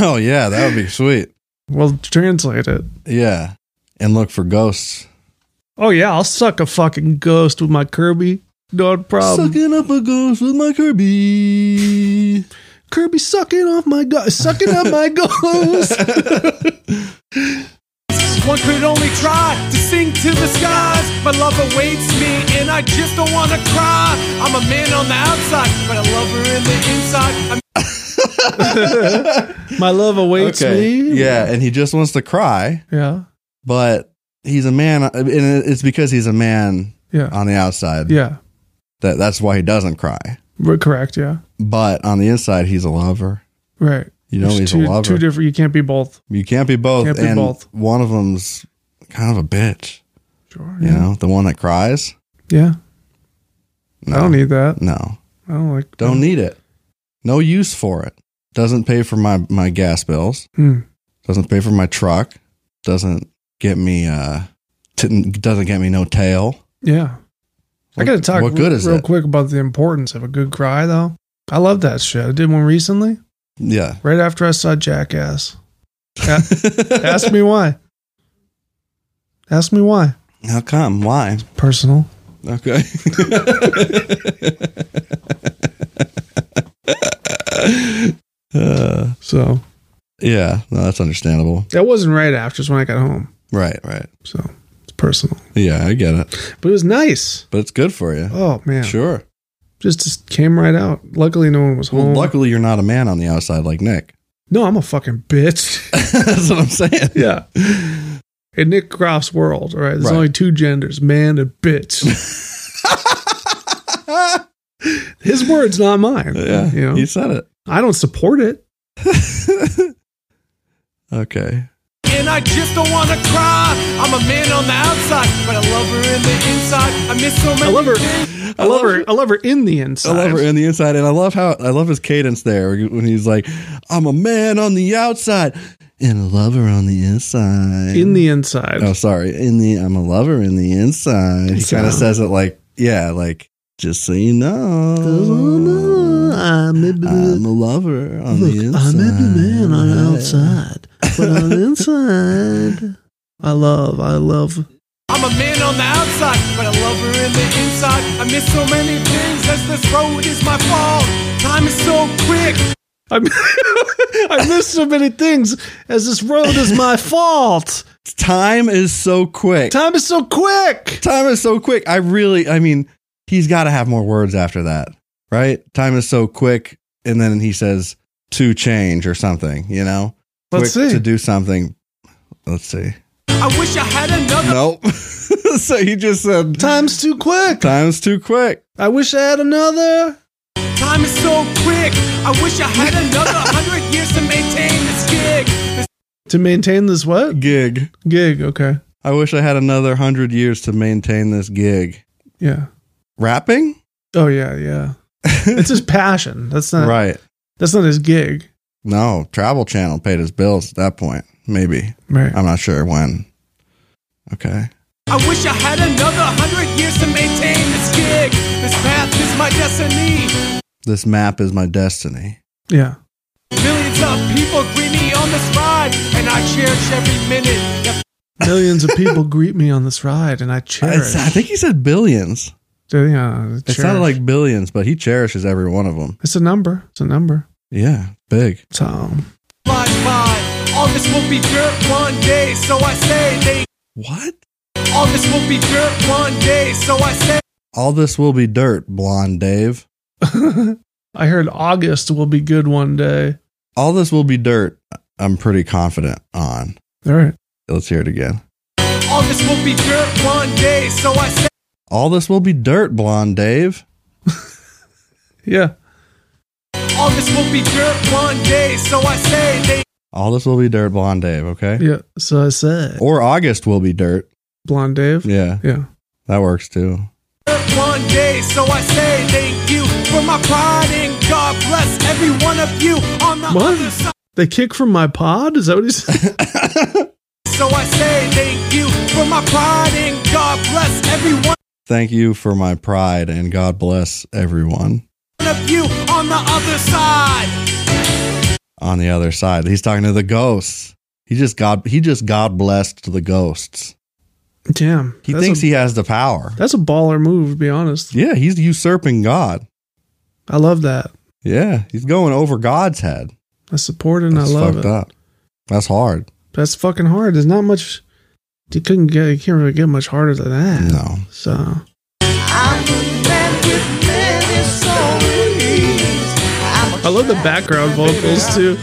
Oh yeah, that would be sweet. We'll translate it. Yeah. And look for ghosts. Oh yeah, I'll suck a fucking ghost with my Kirby. No problem. Sucking up a ghost with my Kirby. Kirby sucking off my ghost, sucking up my ghost. One could only try to sing to the skies. My love awaits me, and I just don't want to cry. I'm a man on the outside, but I love her in the inside. I'm My love awaits okay. me. Yeah, and he just wants to cry, Yeah. but he's a man, and it's because he's a man Yeah. on the outside yeah. that that's why he doesn't cry. We're correct. Yeah. But on the inside, he's a lover. Right. You know, There's he's two, a lover. Two different. You can't be both. you can't be both, Can't be and both. one of them's kind of a bitch. Sure. You know, the one that cries. Yeah. No, I e- don't need that. No, I don't like. don't need it. No use for it. Doesn't pay for my my gas bills. Hmm. Doesn't pay for my truck. Doesn't get me uh. T- doesn't get me no tail. Yeah. I got to talk What good is real it? quick about the importance of a good cry, though. I love that shit. I did one recently, Yeah. right after I saw Jackass. A- Ask me why. Ask me why. How come? Why? Personal. Okay. uh, So yeah, no, that's understandable. that wasn't right after. It's when I got home. Right, right. So it's personal, Yeah, I get it. but it was nice. But it's good for you. Oh man, Sure. just, just came right out. Luckily, no one was Well, home. luckily you're not a man on the outside like Nick. no, I'm a fucking bitch. that's what I'm saying. yeah. In Nick Groff's world, all right, there's Right. only two genders, man and bitch. His words, not mine. Yeah, You know, you said it. I don't support it. Okay. And I just don't wanna cry. I'm a man on the outside, but I love her in the inside. I miss so many I love her. things. I love her. I love her in the I inside. love her in the inside, and I love how I love his cadence there when he's like, "I'm a man on the outside, and I love her on the inside." in the inside. Oh, sorry. In the I'm a lover in the inside. He kind of So- says it like, yeah, like just so you know, I'm a I'm a lover on the inside. but on the inside, I love, I love. I'm a man on the outside, but I love her in the inside. I miss so many things as this road is my fault. Time is so quick. I, I missed so many things as this road is my fault. Time is so quick. Time is so quick. Time is so quick. I really, I mean, he's got to have more words after that, right? Time is so quick, and then he says to change or something. You know, Let's quick see. to do something. Let's see. I wish I had another. Nope. so he just said Time's too quick. time's too quick. I wish I had another. Time is so quick. I wish I had another hundred years to maintain this gig. This To maintain this what? Gig. Gig, okay. I wish I had another hundred years to maintain this gig. Yeah. Rapping? Oh yeah, yeah. It's his passion. That's not right. that's not his gig. No, Travel Channel paid his bills at that point. Maybe. Right. I'm not sure when. Okay. I wish I had another hundred years to maintain this gig. This path is my destiny. This map is my destiny. Yeah. Millions of people greet me on this ride, and I cherish every minute. Yep, Millions of people greet me on this ride and I I, cherish. I think he said billions. yeah, It sounded like billions, but he cherishes every one of them. It's a number. It's a number. Yeah, big. So flies by. All this will be dirt one day, so I say they. What? All this will be dirt one day, so I say. All this will be dirt, blonde Dave. I heard August will be good one day. All this will be dirt. I'm pretty confident on. All right. Let's hear it again. All this will be dirt one day, so I say. All this will be dirt, blonde Dave. Yeah. All this will be dirt one day, so I say they. All this will be dirt, blonde Dave. Okay. Yeah. So I said Or August will be dirt. Blonde Dave. Yeah, Yeah. that works too. One day, so I say thank you for my pride and God bless every one of you on the What? other side. They kick from my pod? Is that what he said? So I say thank you for my pride and God bless every one Thank you for my pride and God bless everyone of you on the other side. on the other side. He's talking to the ghosts. He just God he just God blessed the ghosts. Damn. He That's thinks a- he has the power. That's a baller move, to be honest. Yeah, he's usurping God. I love that. Yeah, he's going over God's head. I support it and That's I love fucked it. up. That's hard. That's fucking hard. There's not much you couldn't get you can't really get much harder than that. No. So I'm a man with many stories. I'm a I love the traveler. background vocals too.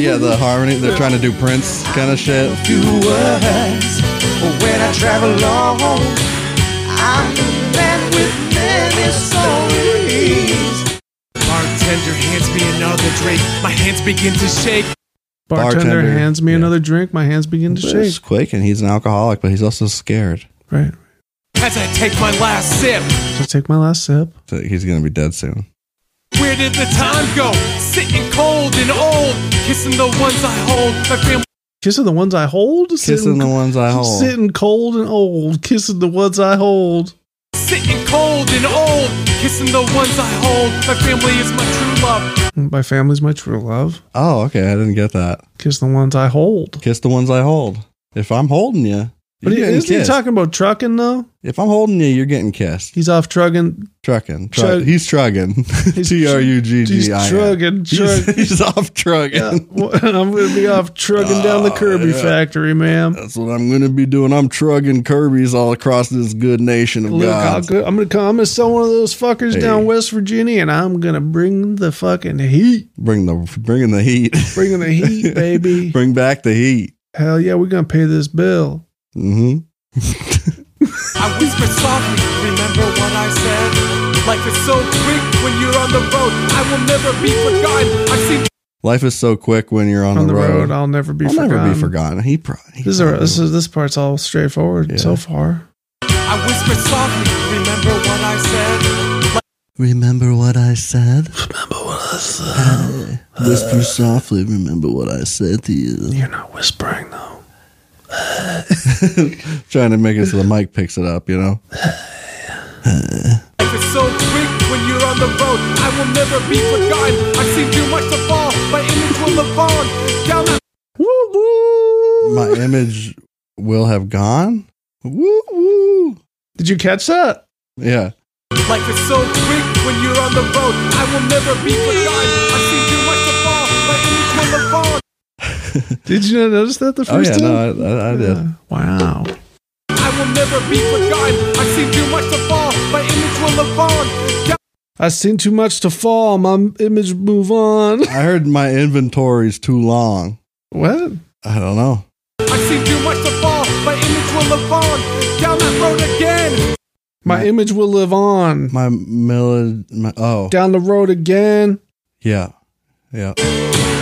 Yeah, the harmony they're trying to do Prince kind of shit. few words. But when I travel alone, I'm a man with many stories. Bartender hands me another drink. My hands begin to shake. Bartender, Bartender. hands me Yeah. another drink. My hands begin to It's shake. quick, and he's an alcoholic, but he's also scared. Right. As I take my last sip, So I take my last sip. So he's gonna be dead soon. where did the time go? Sitting cold and old, kissing the ones I hold. My family Kissing the ones I hold. Kissing the ones I hold. Sitting cold and old. Kissing the ones I hold. sitting cold and old, kissing the ones I hold. My family is my true love. My family's my true love. Oh, okay. I didn't get that. Kiss the ones I hold. Kiss the ones I hold. If I'm holding you, But you're getting isn't he kissed. talking about trucking though? if I'm holding you, you're getting kissed. He's off trucking. Trucking. Chug- Tru- he's trugging. He's T R U G He's G I. N. trugging. He's, Truck. he's off trugging. Yeah, well, I'm gonna be off trucking down the Oh, Kirby yeah. factory, ma'am. That's what I'm going to be doing. I'm trugging Kirby's all across this good nation of Look, I'll God. go, I'm gonna come. I'm gonna sell one of those fuckers Hey. down West Virginia, and I'm gonna bring the fucking heat, Bring the bringing the heat. bringing the heat, baby. Bring back the heat. Hell yeah, we're gonna pay this bill. hmm I whispered softly, remember what I said? Life is so quick when you're on the road. I will never be forgotten. I've seen Life is so quick when you're on, On, the, road. I'll never be. I'll forgotten. never be forgotten. He probably. This is, a- this is this part's all straightforward Yeah. so far. I whispered softly, remember what I said? remember what I said. Remember what I said. Whisper softly. Remember what I said to you. You're not whispering though. Trying to make it so the mic picks it up. You know. Life is so quick when you're on the road. I will never be forgotten. I've seen too much to fall. My image will live on. Down that My image will have gone. Woo woo. Did you catch that? Yeah. life is so quick when you're on the road. I will never be forgotten. I've seen too much to fall. My image will live on. Did you not notice that the Oh first yeah. time? No, I, I, I did. Yeah. Wow. I will never be forgotten. I've seen too much to fall. My image will live on. Down I've seen too much to fall. My image move on. I heard my inventory's too long. What? I don't know. I've seen too much to fall. My image will live on. Down that road again. My image will live on. My melody. My, oh, Down the road again. yeah, yeah.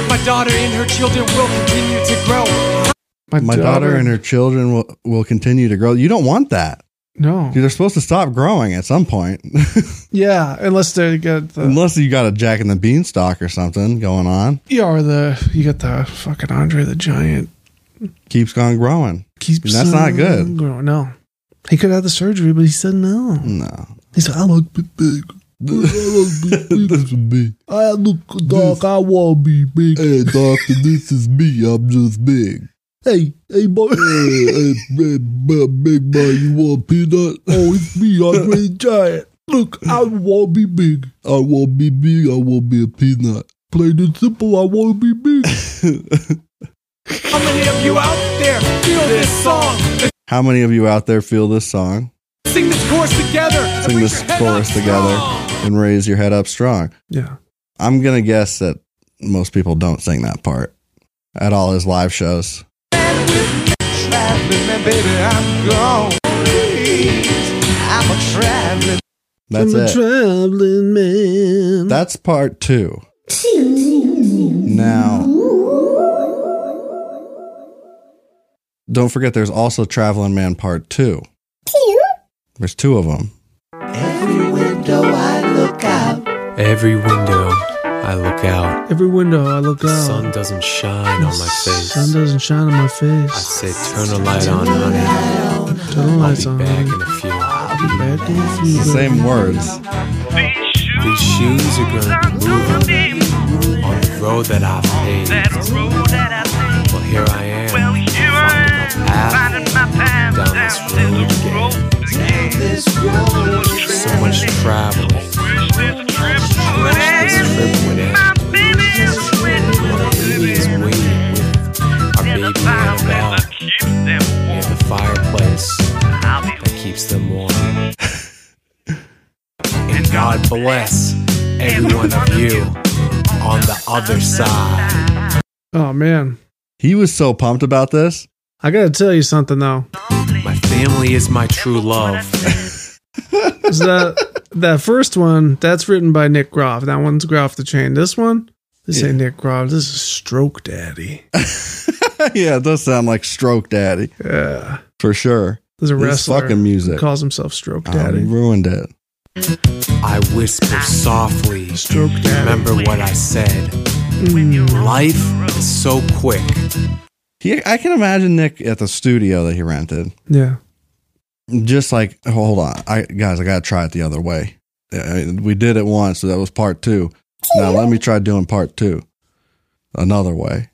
My daughter and her children will continue to grow. My daughter, and her children will, will continue to grow. You don't want that. No. Dude, they're supposed to stop growing at some point, Yeah, unless they got the unless you got a Jack and the Beanstalk or something going on. yeah, or E the you got the fucking Andre the Giant Keeps on growing. keeps. That's not good. on growing. No, he could have the surgery, but he said no. No, He said, "I look big, big. this would be. I look dark. I want to be big." Hey, doctor, this is me. I'm just big. Hey, hey, boy. hey, big boy, you want peanut? oh, it's me, Andre the Giant. Look, I want to be big. I won't be big. I won't be a peanut. Plain and simple, I want to be big. How many of you out there feel this song? How many of you out there feel this song? Sing this chorus together. and Sing raise this your head chorus up together strong. and raise your head up strong. Yeah, I'm going to guess that most people don't sing that part at all his live shows. Traveling man, baby, I'm gone. Please, I'm a traveling. That's I'm a it. traveling man. That's part two. Now, don't forget there's also Traveling Man Part Two. There's two of them. Every window I look out, Every window I look out, Every window I look out. sun doesn't shine on my Sun face. doesn't shine on my I face. say, turn the light on, honey. Turn the I'll lights be on. back in a few. Back in the It's the future. same words. These shoes are gonna be moving on the road that I've paved. Well, here I am, finding my path down this road again. this road is So much traveling. I wish this trip would end. Baby's waiting with our baby in a bell near the fireplace that keeps them warm. And God bless every one of you on the other side. Oh man, He was so pumped about this. I gotta tell you something though. My family is my true love. Is that that first one? That's written by Nick Groff. That one's Groff the Chain. This one, This ain't Nick Grobbs. This is Stroke Daddy. yeah, it does sound like Stroke Daddy Yeah. for sure. There's a This wrestler. fucking music. who calls himself Stroke I Daddy. ruined it. I whisper softly. Stroke Mm. Daddy. Mm. Remember what I said. Life is so quick. He, I can imagine Nick at the studio that he rented, Yeah. just like oh, hold on, I guys, I gotta try it the other way. I- I- We did it once, so that was part two. Now let me try doing part two, another way.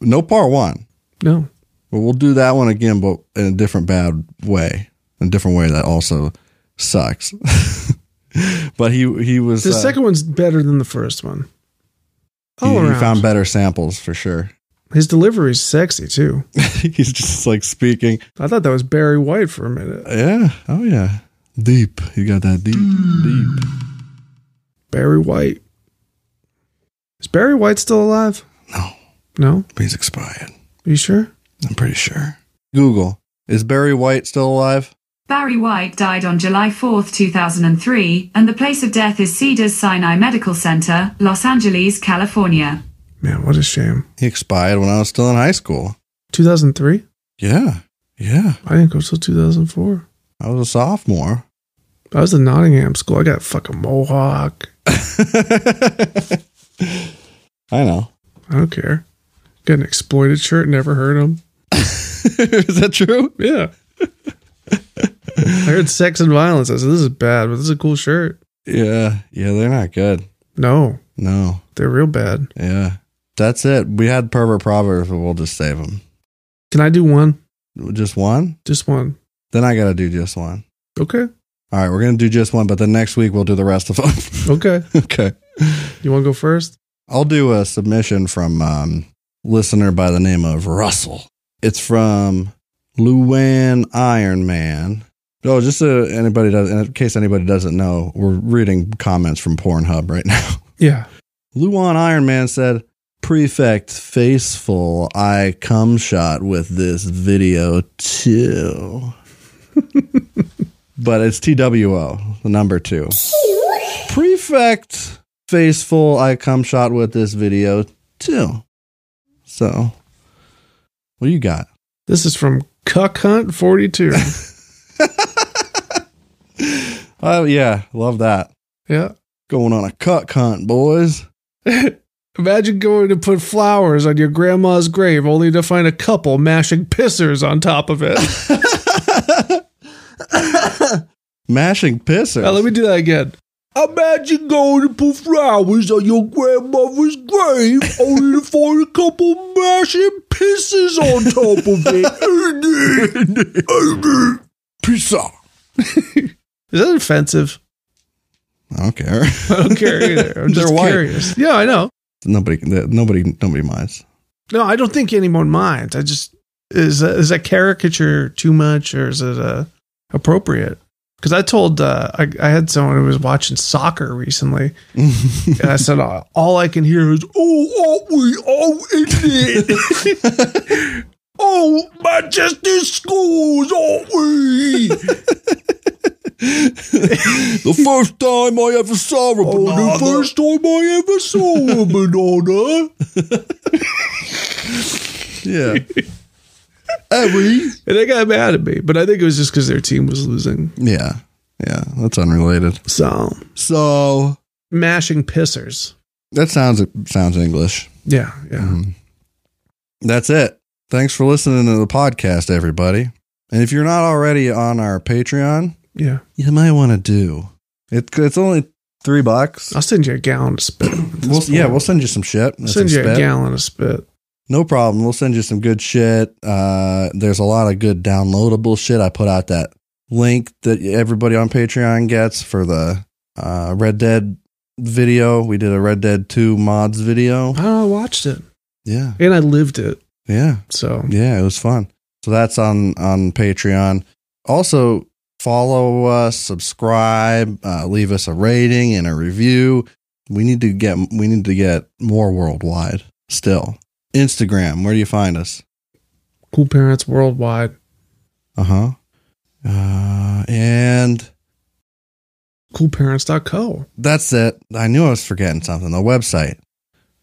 No part one, No. but we'll do that one again, but in a different bad way, a different way that also sucks. but he he was The uh, second one's better than the first one. he, All he around. found better samples for sure. His delivery's sexy too. He's just like speaking I thought that was Barry White for a minute. Yeah. Oh yeah. Deep. You got that deep. Mm. Deep. Barry White. Is Barry White still alive? No, No. he's expired. Are you sure? I'm pretty sure. Google. Is Barry White still alive? Barry White died on July 4, 2003, and the place of death is Cedars Sinai Medical Center, Los Angeles, California. Man, what a shame. He expired when I was still in high school. 2003? Yeah. Yeah. I didn't go till 2004. I was a sophomore. I was in Nottingham school. I got a fucking mohawk. I know. I don't care. Got an exploited shirt. Never heard him. Is that true? Yeah. I heard sex and violence. I said, this is bad, but this is a cool shirt. Yeah. Yeah, they're not good. No, No. they're real bad. Yeah. That's it. We had pervert proverbs, but we'll just save them. Can I do one? Just one? Just one. Then I got to do just one. Okay. All right, we're going to do just one, but then next week we'll do the rest of them. Okay. okay. You want to go first? I'll do a submission from um, listener by the name of Russell. It's from Luann Iron Man. Oh, just so anybody does, in case anybody doesn't know, we're reading comments from Pornhub right now. Yeah. Luan Iron Man said, Prefect Faceful, I cum shot with this video too. but it's TWO, the number two. Prefect Faceful, I cum shot with this video too. So, what you got? This is from Cuck Hunt 42. Oh, yeah, love that. yeah. Going on a cuck hunt, boys. Imagine going to put flowers on your grandma's grave only to find a couple mashing pissers on top of it. Mashing pissers. Now, Uh, let me do that again. Imagine going to put flowers on your grandmother's grave only to find a couple mashing pisses on top of it. Pizza. Is that offensive? I don't care. I don't care either. I'm just They're white. curious. Yeah, I know. nobody, nobody, nobody minds. No, I don't think anyone minds. I just is that, is that caricature too much or is it uh, appropriate? Because I told uh, I, I had someone who was watching soccer recently, and I said all, all I can hear is Oh, aren't we all in it? oh, Manchester schools, aren't we? The first time I ever saw a Oh, the first time I ever saw a banana. yeah. Every. and they got mad at me. But I think it was just because their team was losing. Yeah. Yeah. That's unrelated. So So mashing pissers. that sounds sounds English. Yeah, yeah. Um, That's it. Thanks for listening to the podcast, everybody. And if you're not already on our Patreon, Yeah. you might want to do. It, it's only three bucks. I'll send you a gallon of spit. at this We'll, yeah, point. we'll send you some shit. and some send you a spit. gallon of spit. No problem. We'll send you some good shit. Uh, there's a lot of good downloadable shit. I put out that link that everybody on Patreon gets for the uh, Red Dead video. We did a Red Dead 2 mods video. Oh, I watched it Yeah. and I lived it. Yeah. So Yeah. It was fun. So that's on, on Patreon. Also, follow us, subscribe, uh, leave us a rating and a review. We need to get we need to get more worldwide still. Instagram, where do you find us? cool parents worldwide. Uh-huh. Uh And Coolparents.co. that's it. I knew I was forgetting something. The website,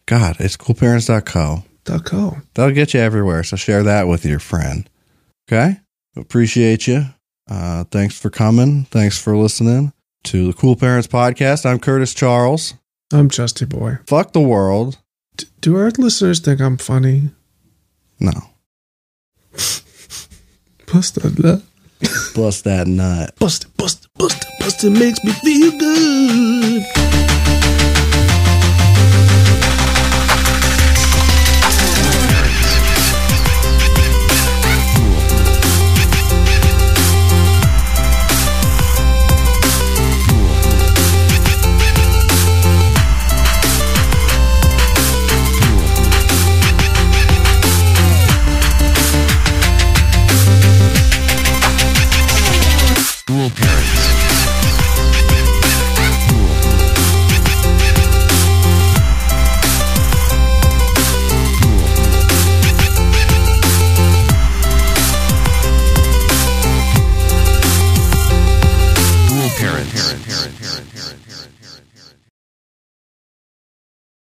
God, it's coolparents.co. Dot co. That'll get you everywhere. So share that with your friend. Okay. Appreciate you. Uh, thanks for coming. Thanks for listening to the Cool Parents Podcast. I'm Curtis Charles. I'm Chesty Boy. Fuck the world. D- do our listeners think I'm funny? No. Bust that. Bust that nut. Bust it, bust it, bust it, bust it makes me feel good.